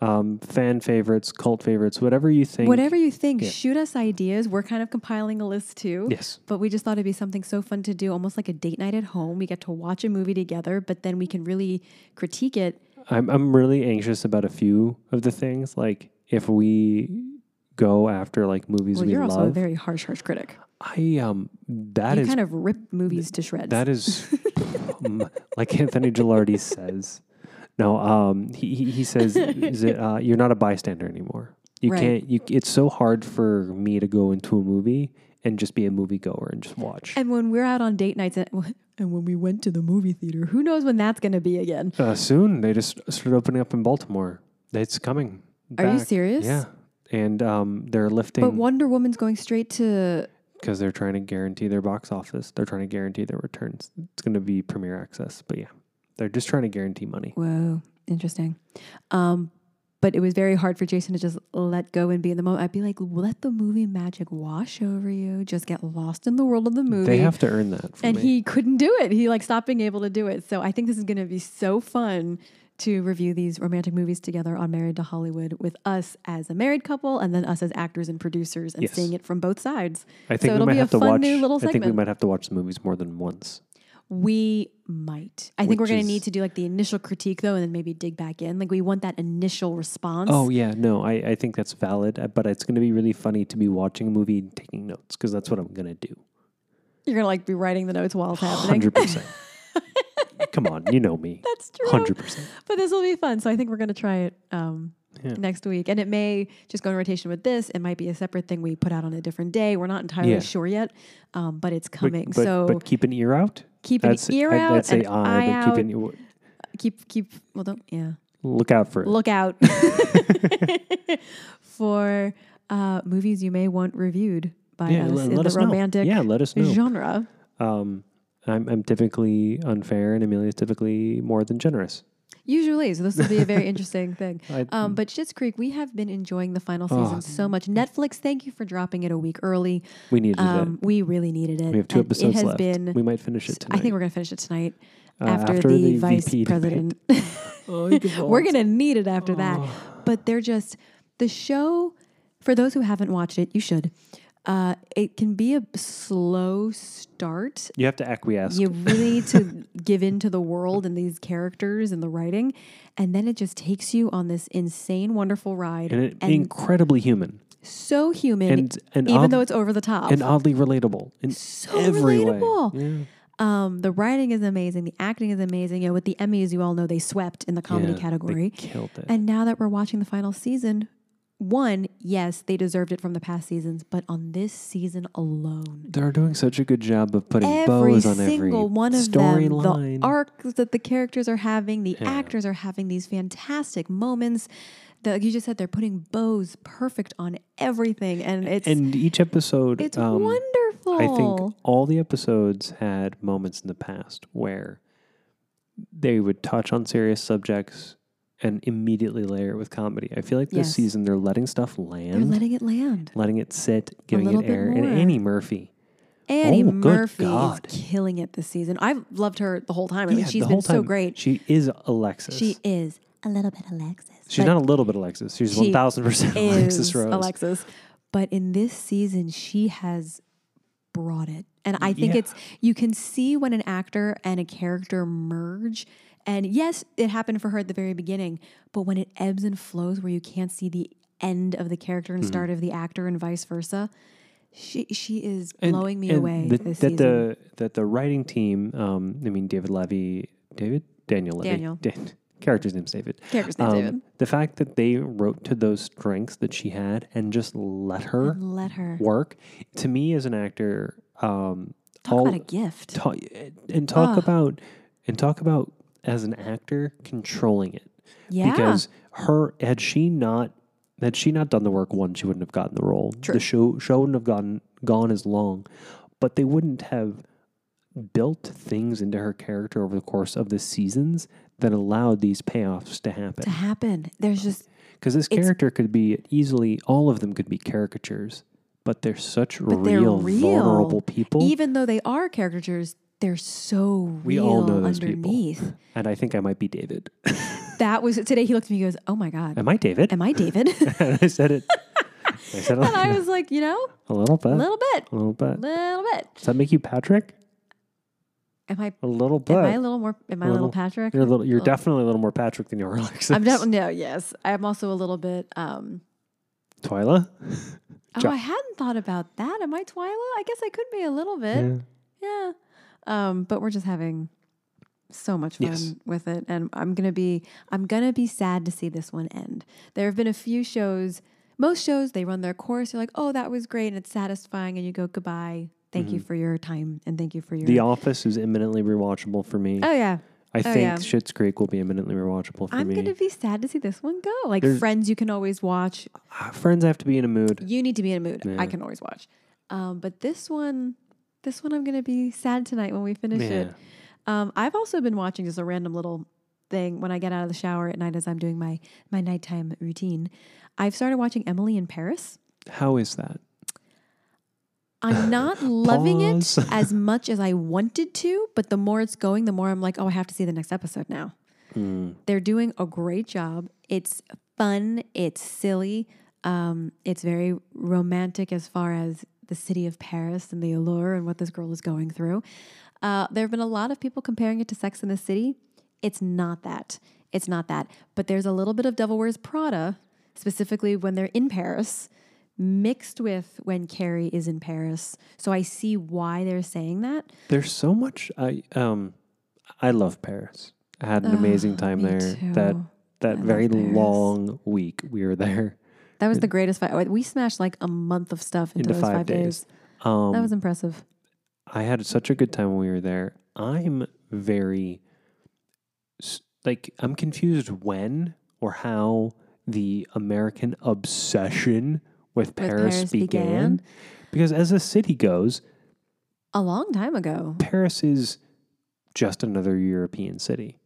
[SPEAKER 2] um, fan favorites, cult favorites, whatever you think.
[SPEAKER 1] Whatever you think,
[SPEAKER 2] Yeah.
[SPEAKER 1] shoot us ideas. We're kind of compiling a list too.
[SPEAKER 2] Yes.
[SPEAKER 1] But we just thought it'd be something so fun to do, almost like a date night at home. We get to watch a movie together, but then we can really critique it.
[SPEAKER 2] I'm I'm really anxious about a few of the things. Like if we go after like movies
[SPEAKER 1] Well,
[SPEAKER 2] we
[SPEAKER 1] you're
[SPEAKER 2] love,
[SPEAKER 1] also a very harsh, harsh critic.
[SPEAKER 2] I um that
[SPEAKER 1] you
[SPEAKER 2] is
[SPEAKER 1] kind of rip movies to shreds.
[SPEAKER 2] that is um, like Anthony Gilardi says. No, um, he he he says is it, uh, you're not a bystander anymore. You
[SPEAKER 1] Right.
[SPEAKER 2] can't. You it's so hard for me to go into a movie and just be a movie goer and just watch.
[SPEAKER 1] and when we're out on date nights, and, and when we went to the movie theater, who knows when that's going to be again?
[SPEAKER 2] Uh, soon they just started opening up in Baltimore. It's coming.
[SPEAKER 1] Are you
[SPEAKER 2] back.
[SPEAKER 1] serious?
[SPEAKER 2] Yeah, and um, they're lifting.
[SPEAKER 1] But Wonder Woman's going straight to.
[SPEAKER 2] because they're trying to guarantee their box office. They're trying to guarantee their returns. It's going to be premiere access, but yeah, they're just trying to guarantee money.
[SPEAKER 1] Whoa, interesting. Um, but it was very hard for Jason to just let go and be in the moment. I'd be like, let the movie magic wash over you. Just get lost in the world of the movie.
[SPEAKER 2] They have to earn that. From
[SPEAKER 1] and
[SPEAKER 2] me.
[SPEAKER 1] he couldn't do it. He like stopped being able to do it. So I think this is going to be so fun to review these romantic movies together on Married to Hollywood with us as a married couple and then us as actors and producers and
[SPEAKER 2] Yes.
[SPEAKER 1] seeing it from both sides.
[SPEAKER 2] I
[SPEAKER 1] so
[SPEAKER 2] think we
[SPEAKER 1] it'll
[SPEAKER 2] might
[SPEAKER 1] be
[SPEAKER 2] have
[SPEAKER 1] a
[SPEAKER 2] to
[SPEAKER 1] fun
[SPEAKER 2] watch.
[SPEAKER 1] new little
[SPEAKER 2] I think we
[SPEAKER 1] segment.
[SPEAKER 2] might have to watch the movies more than once.
[SPEAKER 1] We might. I think we're
[SPEAKER 2] Which
[SPEAKER 1] going
[SPEAKER 2] is-
[SPEAKER 1] to need to do like the initial critique though and then maybe dig back in. Like we want that initial response.
[SPEAKER 2] Oh yeah, no, I, I think that's valid. uh, But it's going to be really funny to be watching a movie and taking notes because that's what I'm going to do.
[SPEAKER 1] You're going to like be writing the notes while it's happening.
[SPEAKER 2] Hundred percent. Come on, you know me.
[SPEAKER 1] That's true.
[SPEAKER 2] Hundred percent.
[SPEAKER 1] But this will be fun. So I think we're going to try it um,
[SPEAKER 2] Yeah.
[SPEAKER 1] next week. And it may just go in rotation with this. It might be a separate thing we put out on a different day. We're not entirely
[SPEAKER 2] Yeah.
[SPEAKER 1] sure yet, um, but it's
[SPEAKER 2] But,
[SPEAKER 1] coming.
[SPEAKER 2] but-
[SPEAKER 1] so
[SPEAKER 2] but keep an ear out.
[SPEAKER 1] keep an
[SPEAKER 2] That's-
[SPEAKER 1] ear
[SPEAKER 2] I-
[SPEAKER 1] out
[SPEAKER 2] I'd say
[SPEAKER 1] and
[SPEAKER 2] eye,
[SPEAKER 1] eye
[SPEAKER 2] but
[SPEAKER 1] out.
[SPEAKER 2] keep an ear-
[SPEAKER 1] keep, keep, well, don't, yeah.
[SPEAKER 2] look out for it.
[SPEAKER 1] Look out for uh, movies you may want reviewed by
[SPEAKER 2] yeah,
[SPEAKER 1] us
[SPEAKER 2] let,
[SPEAKER 1] in
[SPEAKER 2] let
[SPEAKER 1] the
[SPEAKER 2] us know.
[SPEAKER 1] romantic
[SPEAKER 2] Yeah, let us know.
[SPEAKER 1] genre.
[SPEAKER 2] Um, I'm, I'm typically unfair, and Amelia's typically more than generous.
[SPEAKER 1] Usually, so this will be a very interesting thing.
[SPEAKER 2] I-
[SPEAKER 1] Um, but Schitt's Creek, we have been enjoying the final season
[SPEAKER 2] Oh.
[SPEAKER 1] so much. Netflix, thank you for dropping it a week early.
[SPEAKER 2] We needed
[SPEAKER 1] Um, we really needed it.
[SPEAKER 2] it. We have two
[SPEAKER 1] and
[SPEAKER 2] episodes
[SPEAKER 1] It has
[SPEAKER 2] left.
[SPEAKER 1] been.
[SPEAKER 2] we might finish it tonight.
[SPEAKER 1] I think we're gonna finish it tonight
[SPEAKER 2] Uh,
[SPEAKER 1] after,
[SPEAKER 2] after
[SPEAKER 1] the,
[SPEAKER 2] the
[SPEAKER 1] vice
[SPEAKER 2] VP debate.
[SPEAKER 1] president.
[SPEAKER 2] Oh,
[SPEAKER 1] we're gonna need it after that. But they're just the show. For those who haven't watched it, you should. Uh, it can be a slow start
[SPEAKER 2] You have to acquiesce.
[SPEAKER 1] you really need to give in to the world and these characters and the writing. And then it just takes you on this insane, wonderful ride.
[SPEAKER 2] and it, incredibly human
[SPEAKER 1] so human,
[SPEAKER 2] and and
[SPEAKER 1] even
[SPEAKER 2] ob-
[SPEAKER 1] though it's over the top.
[SPEAKER 2] and oddly relatable in
[SPEAKER 1] so
[SPEAKER 2] every
[SPEAKER 1] relatable.
[SPEAKER 2] way. Yeah.
[SPEAKER 1] um, the writing is amazing. The acting is amazing. You know, with the Emmys, you all know they swept in the comedy
[SPEAKER 2] Yeah, they
[SPEAKER 1] category.
[SPEAKER 2] killed it.
[SPEAKER 1] And now that we're watching the final season, one, yes, they deserved it from the past seasons, but on this season alone,
[SPEAKER 2] They're doing such a good job of putting
[SPEAKER 1] every
[SPEAKER 2] bows on every
[SPEAKER 1] single one of them, the
[SPEAKER 2] storyline.
[SPEAKER 1] arcs that the characters are having, the
[SPEAKER 2] Yeah.
[SPEAKER 1] actors are having these fantastic moments. The, like you just said they're putting bows perfect on everything, and it's
[SPEAKER 2] and each episode,
[SPEAKER 1] it's
[SPEAKER 2] um,
[SPEAKER 1] wonderful.
[SPEAKER 2] I think all the episodes had moments in the past where they would touch on serious subjects and immediately layer it with comedy. I feel like this
[SPEAKER 1] Yes.
[SPEAKER 2] season they're letting stuff
[SPEAKER 1] they're
[SPEAKER 2] land, letting,
[SPEAKER 1] letting it land.
[SPEAKER 2] it sit, giving
[SPEAKER 1] little
[SPEAKER 2] it
[SPEAKER 1] bit
[SPEAKER 2] air. And
[SPEAKER 1] more.
[SPEAKER 2] Annie Murphy,
[SPEAKER 1] Annie
[SPEAKER 2] Oh, good
[SPEAKER 1] Murphy is
[SPEAKER 2] God.
[SPEAKER 1] killing it this season. I've loved her the whole time. I mean,
[SPEAKER 2] Yeah,
[SPEAKER 1] she's
[SPEAKER 2] the whole
[SPEAKER 1] been so
[SPEAKER 2] time,
[SPEAKER 1] great.
[SPEAKER 2] She is Alexis.
[SPEAKER 1] She is a little bit Alexis.
[SPEAKER 2] She's
[SPEAKER 1] but-
[SPEAKER 2] not a little bit Alexis. She's
[SPEAKER 1] She
[SPEAKER 2] one thousand percent
[SPEAKER 1] is
[SPEAKER 2] Alexis Rose.
[SPEAKER 1] Alexis. But in this season, she has brought it. And I think
[SPEAKER 2] Yeah.
[SPEAKER 1] it's you can see when an actor and a character merge. And yes, it happened for her at the very beginning, but when it ebbs and flows where you can't see the end of the character
[SPEAKER 2] Hmm.
[SPEAKER 1] and start of the actor and vice versa, she she is
[SPEAKER 2] And-
[SPEAKER 1] blowing me
[SPEAKER 2] and
[SPEAKER 1] away
[SPEAKER 2] the-
[SPEAKER 1] this
[SPEAKER 2] that
[SPEAKER 1] season.
[SPEAKER 2] the that the writing team, um, I mean David Levy, David Daniel Levy,
[SPEAKER 1] Daniel.
[SPEAKER 2] Dan- character's name's David.
[SPEAKER 1] Character's name,
[SPEAKER 2] Um,
[SPEAKER 1] David.
[SPEAKER 2] The fact that they wrote to those strengths that she had and just let her
[SPEAKER 1] Let her
[SPEAKER 2] work, to me as an actor, um,
[SPEAKER 1] talk about a gift.
[SPEAKER 2] ta- and talk about and talk about as an actor controlling it
[SPEAKER 1] Yeah.
[SPEAKER 2] because her had she not had she not done the work one she wouldn't have gotten the role
[SPEAKER 1] True.
[SPEAKER 2] the show show wouldn't have gone gone as long but they wouldn't have built things into her character over the course of the seasons that allowed these payoffs to
[SPEAKER 1] to
[SPEAKER 2] happen
[SPEAKER 1] happen. There's just
[SPEAKER 2] because this
[SPEAKER 1] it's-
[SPEAKER 2] character could be easily all of them could be caricatures but they're such
[SPEAKER 1] But they're
[SPEAKER 2] real,
[SPEAKER 1] real.
[SPEAKER 2] vulnerable people
[SPEAKER 1] even though they are caricatures, they're so real
[SPEAKER 2] we all know those
[SPEAKER 1] underneath.
[SPEAKER 2] people and i think i might be david
[SPEAKER 1] That was today. He looked at me. He goes, "Oh my god,
[SPEAKER 2] am i david
[SPEAKER 1] am I David?" and
[SPEAKER 2] and i said it i said it
[SPEAKER 1] I was like, "You know,
[SPEAKER 2] a little bit
[SPEAKER 1] a little bit,
[SPEAKER 2] a little bit
[SPEAKER 1] little bit.
[SPEAKER 2] Does that make you Patrick?
[SPEAKER 1] Am I?
[SPEAKER 2] A little bit.
[SPEAKER 1] Am I a little more? Am I a little
[SPEAKER 2] Little-
[SPEAKER 1] Patrick?
[SPEAKER 2] you're a little. You're
[SPEAKER 1] Oh.
[SPEAKER 2] definitely a little more Patrick than you are Alexis.
[SPEAKER 1] I'm definitely no. Yes, I'm also a little bit. um
[SPEAKER 2] Twyla.
[SPEAKER 1] Oh,
[SPEAKER 2] Jo-
[SPEAKER 1] I hadn't thought about that. Am I Twyla? I guess I could be a little bit.
[SPEAKER 2] Yeah.
[SPEAKER 1] Yeah. Um, but we're just having so much fun
[SPEAKER 2] Yes.
[SPEAKER 1] with it, and I'm gonna be I'm gonna be sad to see this one end. There have been a few shows. Most shows they run their course. You're like, oh, that was great, and it's satisfying, and you go goodbye. Thank you for your time, and thank you for your.
[SPEAKER 2] Mm-hmm. The Office is imminently rewatchable for me.
[SPEAKER 1] oh yeah,
[SPEAKER 2] I think
[SPEAKER 1] yeah.
[SPEAKER 2] Schitt's Creek will be imminently rewatchable for
[SPEAKER 1] I'm
[SPEAKER 2] me.
[SPEAKER 1] gonna be sad to see this one go. Like
[SPEAKER 2] There's-
[SPEAKER 1] Friends, you can always watch.
[SPEAKER 2] Ah, Friends, I have to be in a mood.
[SPEAKER 1] You need to be in a mood. I
[SPEAKER 2] Yeah.
[SPEAKER 1] can always watch. Um, but this one, this one, I'm gonna be sad tonight when we finish it.
[SPEAKER 2] Yeah.
[SPEAKER 1] Um, I've also been watching just a random little thing when I get out of the shower at night as I'm doing my my nighttime routine. I've started watching Emily in Paris.
[SPEAKER 2] How is that?
[SPEAKER 1] I'm not loving it
[SPEAKER 2] Pause.
[SPEAKER 1] as much as I wanted to, but the more it's going, the more I'm like, oh, I have to see the next episode now.
[SPEAKER 2] Hmm.
[SPEAKER 1] They're doing a great job. It's fun. It's silly. Um, it's very romantic as far as the city of Paris and the allure and what this girl is going through. Uh, there have been a lot of people comparing it to Sex in the City. It's not that. It's not that. But there's a little bit of Devil Wears Prada, specifically when they're in Paris, mixed with when Carrie is in Paris. So I see why they're saying that.
[SPEAKER 2] There's so much. I um, I love Paris. I had an amazing time
[SPEAKER 1] Ah, me
[SPEAKER 2] there.
[SPEAKER 1] too.
[SPEAKER 2] That that
[SPEAKER 1] love
[SPEAKER 2] very
[SPEAKER 1] Paris.
[SPEAKER 2] long week we were there
[SPEAKER 1] That was the greatest fight. We smashed like a month of stuff into,
[SPEAKER 2] into
[SPEAKER 1] those
[SPEAKER 2] five, days. Um,
[SPEAKER 1] That was impressive.
[SPEAKER 2] I had such a good time when we were there. I'm very s- like I'm confused when or how the American obsession with Paris,
[SPEAKER 1] Paris
[SPEAKER 2] began.
[SPEAKER 1] began.
[SPEAKER 2] because as a city goes,
[SPEAKER 1] a long time ago.
[SPEAKER 2] Paris is just another European city.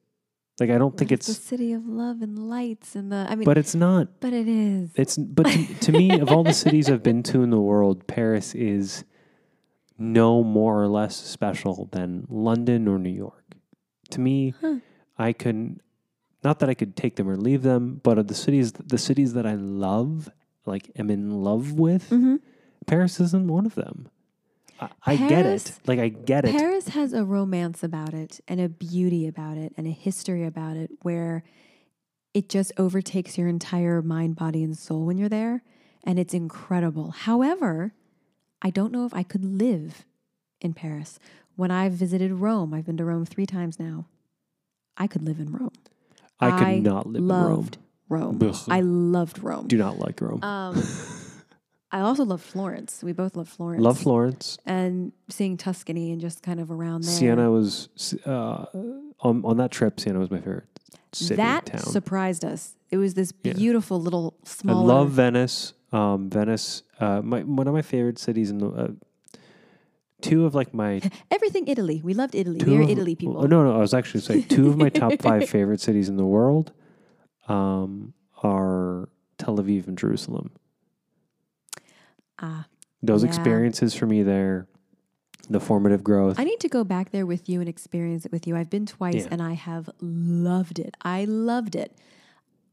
[SPEAKER 2] Like I don't think
[SPEAKER 1] It's the
[SPEAKER 2] it's,
[SPEAKER 1] city of love and lights and the. I mean,
[SPEAKER 2] but it's not.
[SPEAKER 1] but it is.
[SPEAKER 2] It's but to, to me, of all the cities I've been to in the world, Paris is no more or less special than London or New York. To me,
[SPEAKER 1] Huh.
[SPEAKER 2] I can not that I could take them or leave them, but of the cities the cities that I love, like am in love with,
[SPEAKER 1] Mhm.
[SPEAKER 2] Paris isn't one of them. I, I get it.
[SPEAKER 1] Paris-
[SPEAKER 2] Like I get it.
[SPEAKER 1] Paris has a romance about it and a beauty about it and a history about it where it just overtakes your entire mind, body, and soul when you're there. And it's incredible. However, I don't know if I could live in Paris. When I visited Rome, I've been to Rome three times now. I could live in Rome.
[SPEAKER 2] I could
[SPEAKER 1] I
[SPEAKER 2] not live
[SPEAKER 1] loved Rome.
[SPEAKER 2] Ugh.
[SPEAKER 1] I loved Rome.
[SPEAKER 2] in Rome. Do not like Rome.
[SPEAKER 1] Um, I also loved Florence. We both loved Florence.
[SPEAKER 2] Love Florence.
[SPEAKER 1] And seeing Tuscany and just kind of around there.
[SPEAKER 2] Siena was uh, on on that trip. Siena was my favorite city
[SPEAKER 1] that
[SPEAKER 2] town.
[SPEAKER 1] surprised us. It was this
[SPEAKER 2] Yeah.
[SPEAKER 1] beautiful little
[SPEAKER 2] I
[SPEAKER 1] small.
[SPEAKER 2] love Venice. Um, Venice, uh, my one of my favorite cities in the. Uh, two of like my
[SPEAKER 1] everything Italy. We loved Italy.
[SPEAKER 2] two
[SPEAKER 1] We are
[SPEAKER 2] of-
[SPEAKER 1] Italy people.
[SPEAKER 2] Oh, no, no, I was actually saying two of my top five favorite cities in the world um, are Tel Aviv and Jerusalem.
[SPEAKER 1] Ah,
[SPEAKER 2] Those
[SPEAKER 1] Yeah.
[SPEAKER 2] experiences for me there, the formative growth.
[SPEAKER 1] I need to go back there with you and experience it with you. I've been twice
[SPEAKER 2] Yeah.
[SPEAKER 1] and I have loved it. I loved it.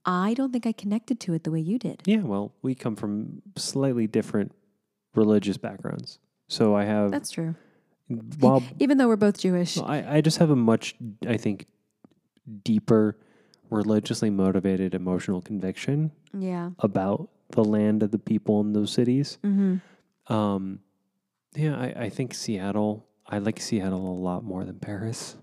[SPEAKER 1] I don't think I connected to it the way you did.
[SPEAKER 2] yeah, well, we come from slightly different religious backgrounds, so I have
[SPEAKER 1] That's true.
[SPEAKER 2] while
[SPEAKER 1] Even though we're both Jewish,
[SPEAKER 2] No, I, I just have a much, I think, deeper, religiously motivated emotional conviction
[SPEAKER 1] yeah.
[SPEAKER 2] about the land of the people in those cities.
[SPEAKER 1] Mm-hmm.
[SPEAKER 2] Um, yeah, I, I think Seattle, I like Seattle a lot more than Paris.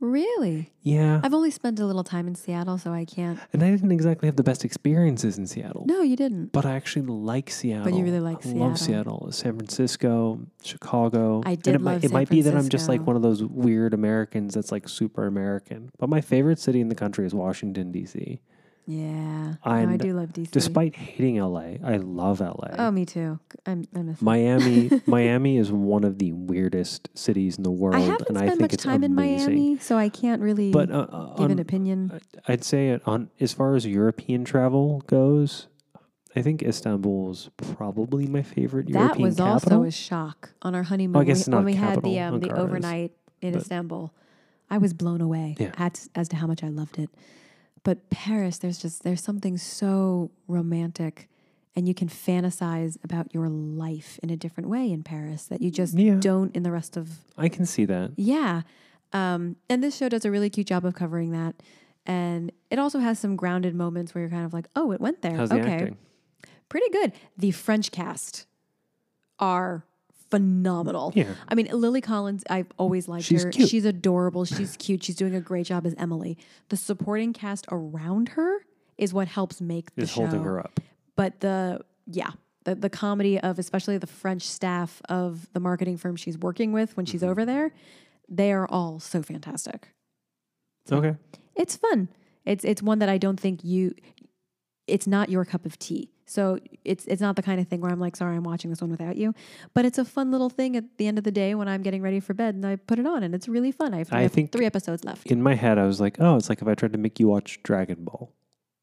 [SPEAKER 1] Really,
[SPEAKER 2] Yeah.
[SPEAKER 1] I've only spent a little time in Seattle, so I can't.
[SPEAKER 2] and I didn't exactly have the best experiences in Seattle.
[SPEAKER 1] No, you didn't.
[SPEAKER 2] But I actually like Seattle.
[SPEAKER 1] really like
[SPEAKER 2] I love
[SPEAKER 1] Seattle.
[SPEAKER 2] Seattle. San Francisco, Chicago.
[SPEAKER 1] I
[SPEAKER 2] And
[SPEAKER 1] did
[SPEAKER 2] it might,
[SPEAKER 1] love
[SPEAKER 2] It
[SPEAKER 1] San
[SPEAKER 2] might be that I'm just
[SPEAKER 1] Francisco.
[SPEAKER 2] like one of those weird Americans that's like super American. But my favorite city in the country is Washington, D.C.
[SPEAKER 1] Yeah, no, I
[SPEAKER 2] And
[SPEAKER 1] do love DC.
[SPEAKER 2] Despite hating LA, I love LA.
[SPEAKER 1] oh, me too. I'm. I'm a
[SPEAKER 2] Miami, Miami is one of the weirdest cities in the world,
[SPEAKER 1] I haven't
[SPEAKER 2] and
[SPEAKER 1] spent
[SPEAKER 2] I think
[SPEAKER 1] much
[SPEAKER 2] it's
[SPEAKER 1] time
[SPEAKER 2] amazing.
[SPEAKER 1] in Miami, so I can't really
[SPEAKER 2] But uh, uh,
[SPEAKER 1] give an
[SPEAKER 2] on,
[SPEAKER 1] opinion.
[SPEAKER 2] I'd say it on as far as European travel goes, I think Istanbul is probably my favorite
[SPEAKER 1] That
[SPEAKER 2] European
[SPEAKER 1] was
[SPEAKER 2] capital.
[SPEAKER 1] also a shock on our honeymoon
[SPEAKER 2] guess it's
[SPEAKER 1] when
[SPEAKER 2] not
[SPEAKER 1] we, when we had the
[SPEAKER 2] capital,
[SPEAKER 1] um, the
[SPEAKER 2] Ankara is,
[SPEAKER 1] overnight in
[SPEAKER 2] but-
[SPEAKER 1] Istanbul. I was blown away
[SPEAKER 2] Yeah.
[SPEAKER 1] at, as to how much I loved it. But Paris, there's just there's something so romantic, and you can fantasize about your life in a different way in Paris that you just
[SPEAKER 2] Yeah.
[SPEAKER 1] don't in the rest of
[SPEAKER 2] I can see that.
[SPEAKER 1] Yeah. Um, and this show does a really cute job of covering that. And it also has some grounded moments where you're kind of like, oh, it went there.
[SPEAKER 2] How's the
[SPEAKER 1] okay.
[SPEAKER 2] acting?
[SPEAKER 1] Pretty good. The French cast are phenomenal.
[SPEAKER 2] Yeah.
[SPEAKER 1] I mean, Lily Collins, I've always liked
[SPEAKER 2] She's
[SPEAKER 1] her.
[SPEAKER 2] cute.
[SPEAKER 1] She's adorable. She's cute. She's doing a great job as Emily. The supporting cast around her is what helps make the
[SPEAKER 2] Is
[SPEAKER 1] show
[SPEAKER 2] holding her up.
[SPEAKER 1] but the yeah the, the comedy of especially the french staff of the marketing firm she's working with when she's
[SPEAKER 2] Mm-hmm.
[SPEAKER 1] over there they are all so fantastic
[SPEAKER 2] Okay.
[SPEAKER 1] it's fun it's it's one that i don't think you it's not your cup of tea so it's it's not the kind of thing where i'm like sorry i'm watching this one without you but it's a fun little thing at the end of the day when i'm getting ready for bed and i put it on and it's really fun i have
[SPEAKER 2] I
[SPEAKER 1] three, ep-
[SPEAKER 2] think-
[SPEAKER 1] three episodes left
[SPEAKER 2] In my head, I was like, oh, it's like if I tried to make you watch Dragon Ball.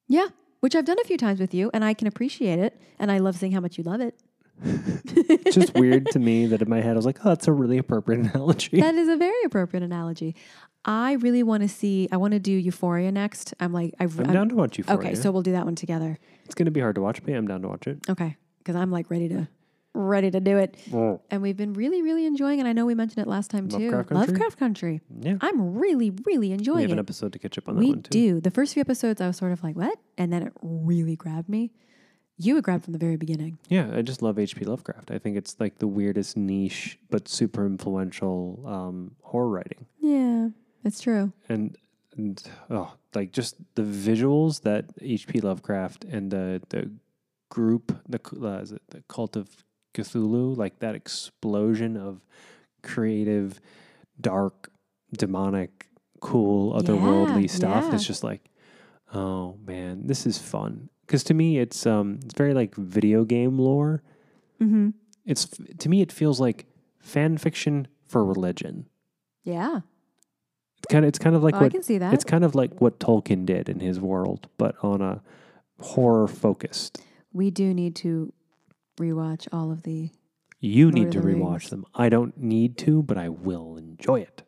[SPEAKER 1] yeah which i've done a few times with you and i can appreciate it and i love seeing how much you love it
[SPEAKER 2] It's just weird to me that in my head, I was like, oh, that's a really appropriate analogy.
[SPEAKER 1] that is a very appropriate analogy. I really want to see. I want to do Euphoria next. I'm like, I've,
[SPEAKER 2] I'm
[SPEAKER 1] I'm-
[SPEAKER 2] down to watch you for
[SPEAKER 1] okay, so we'll do that one together.
[SPEAKER 2] it's going to be hard to watch, but I'm down to watch it.
[SPEAKER 1] Okay, because I'm like ready to, ready to do it. And we've been really, really enjoying. And I know we mentioned it last time too.
[SPEAKER 2] Lovecraft Country?
[SPEAKER 1] Lovecraft Country.
[SPEAKER 2] Yeah.
[SPEAKER 1] I'm really, really
[SPEAKER 2] We
[SPEAKER 1] enjoying
[SPEAKER 2] have an
[SPEAKER 1] it.
[SPEAKER 2] episode to catch up on that
[SPEAKER 1] We
[SPEAKER 2] one, too.
[SPEAKER 1] do. The first few episodes, I was sort of like, what? And then it really grabbed me. You would grab from the very beginning.
[SPEAKER 2] Yeah, I just love H.P. Lovecraft. I think it's like the weirdest niche, but super influential um, horror writing.
[SPEAKER 1] Yeah, that's true.
[SPEAKER 2] And, and oh, like just the visuals that H.P. Lovecraft and the the group, the c- uh, is it the cult of Cthulhu, like that explosion of creative, dark, demonic, cool, otherworldly
[SPEAKER 1] Yeah,
[SPEAKER 2] stuff.
[SPEAKER 1] yeah.
[SPEAKER 2] It's just like, oh man, this is fun. Because to me, it's um, it's very like video game lore.
[SPEAKER 1] Mm-hmm.
[SPEAKER 2] it's to me it feels like fan fiction for religion.
[SPEAKER 1] Yeah.
[SPEAKER 2] It's kind of it's kind of like
[SPEAKER 1] Oh, I
[SPEAKER 2] what
[SPEAKER 1] can see that.
[SPEAKER 2] it's kind of like what Tolkien did in his world, but on a horror focused.
[SPEAKER 1] we do need to rewatch all of the.
[SPEAKER 2] You
[SPEAKER 1] Lord
[SPEAKER 2] need
[SPEAKER 1] of
[SPEAKER 2] to
[SPEAKER 1] the
[SPEAKER 2] rewatch
[SPEAKER 1] Rings.
[SPEAKER 2] them. I don't need to, but I will enjoy it.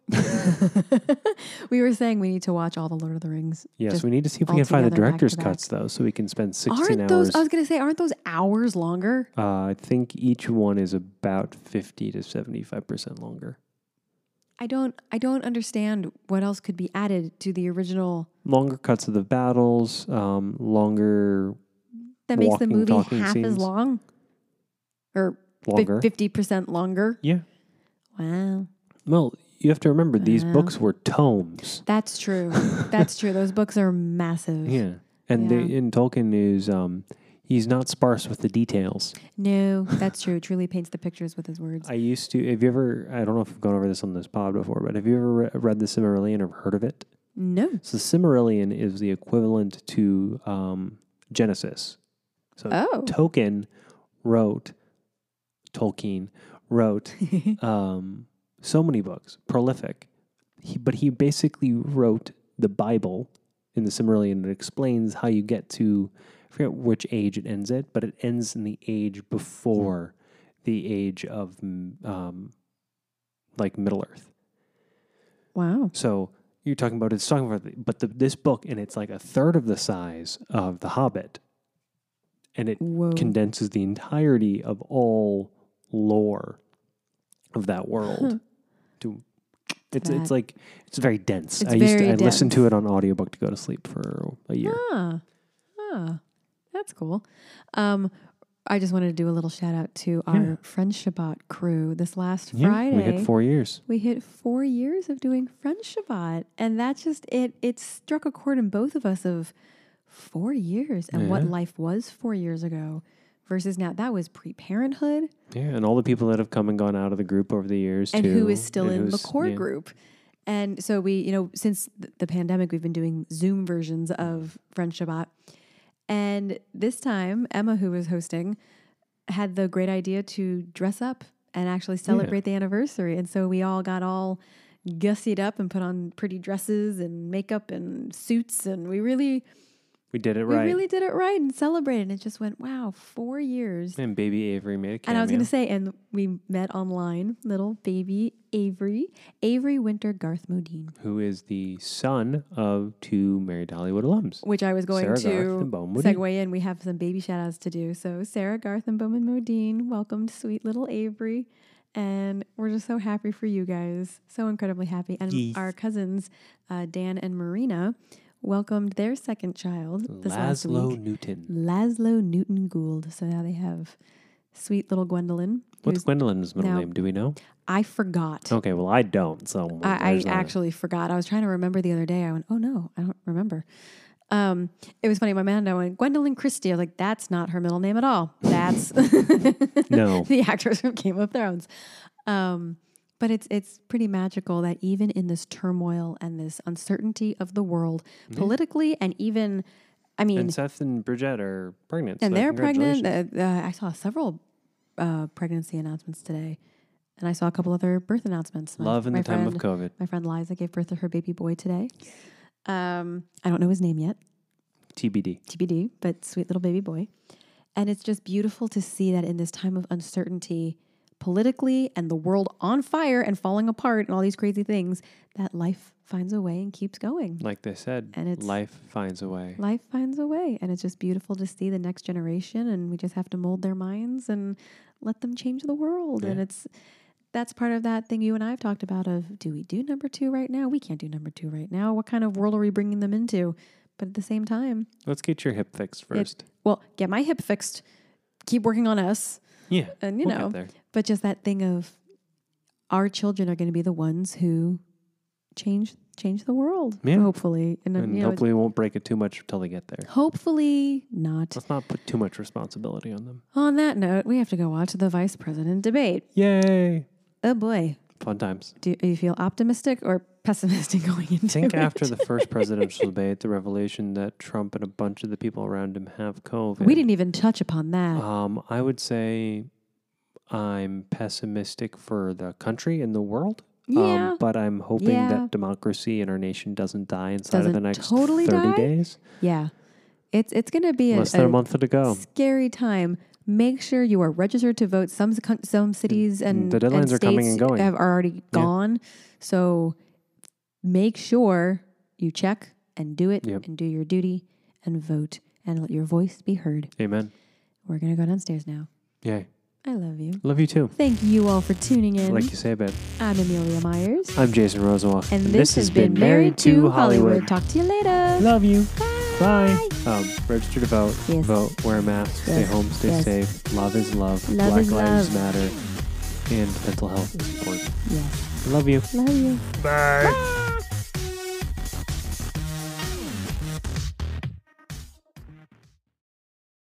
[SPEAKER 1] we were saying we need to watch all the Lord of the Rings.
[SPEAKER 2] Yes,
[SPEAKER 1] Just
[SPEAKER 2] we need to see if we can find the
[SPEAKER 1] altogether back
[SPEAKER 2] director's
[SPEAKER 1] to back.
[SPEAKER 2] cuts though, so we can spend 16
[SPEAKER 1] aren't
[SPEAKER 2] hours.
[SPEAKER 1] those? I was gonna say, aren't those hours longer?
[SPEAKER 2] uh, I think each one is about 50 to 75 percent longer.
[SPEAKER 1] I don't. I don't understand what else could be added to the original
[SPEAKER 2] Longer cuts of the battles, um, longer,
[SPEAKER 1] that makes
[SPEAKER 2] Walking,
[SPEAKER 1] the movie
[SPEAKER 2] talking
[SPEAKER 1] half
[SPEAKER 2] scenes.
[SPEAKER 1] as long, or
[SPEAKER 2] longer.
[SPEAKER 1] fifty percent longer.
[SPEAKER 2] yeah.
[SPEAKER 1] Wow,
[SPEAKER 2] Well, you have to remember these
[SPEAKER 1] Wow.
[SPEAKER 2] books were tomes.
[SPEAKER 1] that's true. that's true. Those books are massive.
[SPEAKER 2] Yeah, and
[SPEAKER 1] Yeah.
[SPEAKER 2] They, in Tolkien news, um, he's not sparse with the details.
[SPEAKER 1] No, that's true. It Truly paints the pictures with his words.
[SPEAKER 2] I used to. Have you ever? I don't know if I've gone over this on this pod before, but have you ever re- read the Cimmerillion or heard of it?
[SPEAKER 1] no.
[SPEAKER 2] So the Cimmerillion is the equivalent to um, Genesis. So
[SPEAKER 1] Oh.
[SPEAKER 2] Tolkien wrote, Tolkien wrote
[SPEAKER 1] Oh.
[SPEAKER 2] um, so many books, prolific. He, but he basically wrote the Bible in the Cimmerillion. It explains how you get to, I forget which age it ends at, but it ends in the age before the age of um, like Middle Earth.
[SPEAKER 1] Wow.
[SPEAKER 2] So you're talking about it's talking about, the, but the, this book and it's like a third of the size of The Hobbit, and it
[SPEAKER 1] Whoa.
[SPEAKER 2] condenses the entirety of all lore of that world. to it's it's
[SPEAKER 1] That-
[SPEAKER 2] like it's very dense.
[SPEAKER 1] It's
[SPEAKER 2] I used to,
[SPEAKER 1] very
[SPEAKER 2] I listened to
[SPEAKER 1] dense.
[SPEAKER 2] it on audiobook to go to sleep for a year.
[SPEAKER 1] Ah, ah, that's cool. Um, I just wanted to do a little shout out to
[SPEAKER 2] Yeah.
[SPEAKER 1] our Friendshabot crew. This last
[SPEAKER 2] Yeah,
[SPEAKER 1] Friday,
[SPEAKER 2] we had four years.
[SPEAKER 1] we hit four years of doing Friendshabot, and that's just it. It struck a chord in both of us of four years and what
[SPEAKER 2] Yeah.
[SPEAKER 1] life was four years ago versus now. That was pre parenthood,
[SPEAKER 2] Yeah, and all the people that have come and gone out of the group over the years,
[SPEAKER 1] and
[SPEAKER 2] too,
[SPEAKER 1] who is still
[SPEAKER 2] and
[SPEAKER 1] in the
[SPEAKER 2] who's-
[SPEAKER 1] core
[SPEAKER 2] yeah.
[SPEAKER 1] group. And so we, you know, since th- the pandemic, we've been doing Zoom versions of Friendshabot. And this time, Emma, who was hosting, had the great idea to dress up and actually celebrate the anniversary. And so we all got all gussied up and put on pretty dresses and makeup and suits. And we really,
[SPEAKER 2] We did it right.
[SPEAKER 1] we really did it right and celebrated. And it just went, wow, four years.
[SPEAKER 2] and baby Avery made a cameo.
[SPEAKER 1] And I was going to say, and we met online, little baby Avery, Avery Winter Garth Modine,
[SPEAKER 2] who is the son of two married Hollywood alums.
[SPEAKER 1] which I was going
[SPEAKER 2] Sarah Garth and
[SPEAKER 1] to
[SPEAKER 2] Bowman Modine.
[SPEAKER 1] segue in. We have some baby shout outs to do. So, Sarah Garth and Bowman Modine welcomed sweet little Avery. And we're just so happy for you guys. So incredibly happy. And
[SPEAKER 2] Yes.
[SPEAKER 1] our cousins, uh, Dan and Marina, welcomed their second child this last
[SPEAKER 2] Laszlo
[SPEAKER 1] week,
[SPEAKER 2] Newton.
[SPEAKER 1] Laszlo Newton Gould. So now they have sweet little Gwendolyn.
[SPEAKER 2] What's
[SPEAKER 1] who's-
[SPEAKER 2] Gwendolyn's middle
[SPEAKER 1] now-
[SPEAKER 2] name? Do we know?
[SPEAKER 1] I forgot.
[SPEAKER 2] Okay, well I don't. So
[SPEAKER 1] I,
[SPEAKER 2] there's
[SPEAKER 1] I
[SPEAKER 2] that.
[SPEAKER 1] actually forgot. I was trying to remember the other day. I went, oh no, I don't remember. Um, it was funny. My man and I went, Gwendolyn Christie. I was like, that's not her middle name at all. That's
[SPEAKER 2] Oh. No.
[SPEAKER 1] the actress from Game of Thrones. Um, but it's it's pretty magical that even in this turmoil and this uncertainty of the world politically, and even, I mean,
[SPEAKER 2] Mm-hmm. and Seth and Bridget are pregnant.
[SPEAKER 1] and
[SPEAKER 2] so
[SPEAKER 1] they're pregnant.
[SPEAKER 2] congratulations.
[SPEAKER 1] Uh, uh, I saw several uh, pregnancy announcements today, and I saw a couple other birth announcements. My-
[SPEAKER 2] Love in
[SPEAKER 1] uh, my
[SPEAKER 2] the time of
[SPEAKER 1] friend-
[SPEAKER 2] COVID.
[SPEAKER 1] my friend Liza gave birth to her baby boy today. Um, I don't know his name yet,
[SPEAKER 2] TBD.
[SPEAKER 1] TBD, but sweet little baby boy. And it's just beautiful to see that in this time of uncertainty politically and the world on fire and falling apart and all these crazy things, that life finds a way and keeps going.
[SPEAKER 2] Like they said,
[SPEAKER 1] And it's-
[SPEAKER 2] life finds a way.
[SPEAKER 1] Life finds a way. And it's just beautiful to see the next generation. And we just have to mold their minds and let them change the world. And
[SPEAKER 2] Yeah.
[SPEAKER 1] it's that's part of that thing you and I have talked about of do we do number two right now? We can't do number two right now. What kind of world are we bringing them into? But at the same time,
[SPEAKER 2] Let's get your hip fixed
[SPEAKER 1] it- uh,
[SPEAKER 2] first.
[SPEAKER 1] well, get my hip fixed, keep working on us.
[SPEAKER 2] yeah.
[SPEAKER 1] And you
[SPEAKER 2] we'll get
[SPEAKER 1] know,
[SPEAKER 2] there.
[SPEAKER 1] but just that thing of our children are going to be the ones who change change the world,
[SPEAKER 2] Yeah.
[SPEAKER 1] hopefully. And,
[SPEAKER 2] And
[SPEAKER 1] you know,
[SPEAKER 2] hopefully we won't break it too much until they get there.
[SPEAKER 1] hopefully not.
[SPEAKER 2] Let's not put too much responsibility on them.
[SPEAKER 1] On that note, we have to go watch the vice president debate.
[SPEAKER 2] Yay.
[SPEAKER 1] Oh boy,
[SPEAKER 2] Fun times.
[SPEAKER 1] do you, you feel optimistic or pessimistic going into
[SPEAKER 2] I think
[SPEAKER 1] it?
[SPEAKER 2] after the first presidential debate, the revelation that Trump and a bunch of the Uh, people around him have COVID.
[SPEAKER 1] we didn't even touch upon that.
[SPEAKER 2] Um, I would say I'm pessimistic for the country and the world.
[SPEAKER 1] Yeah.
[SPEAKER 2] Um, but I'm hoping
[SPEAKER 1] Yeah.
[SPEAKER 2] that democracy in our nation doesn't die inside of
[SPEAKER 1] Doesn't
[SPEAKER 2] the next
[SPEAKER 1] totally
[SPEAKER 2] 30
[SPEAKER 1] die?
[SPEAKER 2] days.
[SPEAKER 1] Yeah. It's it's going to be a,
[SPEAKER 2] Less than a
[SPEAKER 1] a
[SPEAKER 2] month to go.
[SPEAKER 1] scary time. Make sure you are registered to vote. Some con- some cities and
[SPEAKER 2] Mm, the deadlines
[SPEAKER 1] and
[SPEAKER 2] are coming
[SPEAKER 1] states
[SPEAKER 2] and going.
[SPEAKER 1] Have, are already gone. So make sure you check and do it
[SPEAKER 2] Yep.
[SPEAKER 1] and do your duty and vote and let your voice be heard.
[SPEAKER 2] Amen.
[SPEAKER 1] We're gonna go downstairs now.
[SPEAKER 2] Yay.
[SPEAKER 1] I love you.
[SPEAKER 2] Love you too.
[SPEAKER 1] Thank you all for tuning in.
[SPEAKER 2] Like you say, babe.
[SPEAKER 1] I'm Amelia Myers,
[SPEAKER 2] I'm Jason Rosenwald.
[SPEAKER 1] and, this, has been Married to Hollywood. Talk to you later.
[SPEAKER 2] Love you.
[SPEAKER 1] Bye.
[SPEAKER 2] Bye. Um, register to vote.
[SPEAKER 1] Yes.
[SPEAKER 2] Vote. Wear a mask. Stay
[SPEAKER 1] Yes.
[SPEAKER 2] home. Stay
[SPEAKER 1] Yes.
[SPEAKER 2] safe. Love is love.
[SPEAKER 1] Love
[SPEAKER 2] Black
[SPEAKER 1] is
[SPEAKER 2] lives
[SPEAKER 1] love.
[SPEAKER 2] matter. And mental health is important.
[SPEAKER 1] Yes.
[SPEAKER 2] Love you.
[SPEAKER 1] Love you.
[SPEAKER 2] Bye.
[SPEAKER 1] Bye.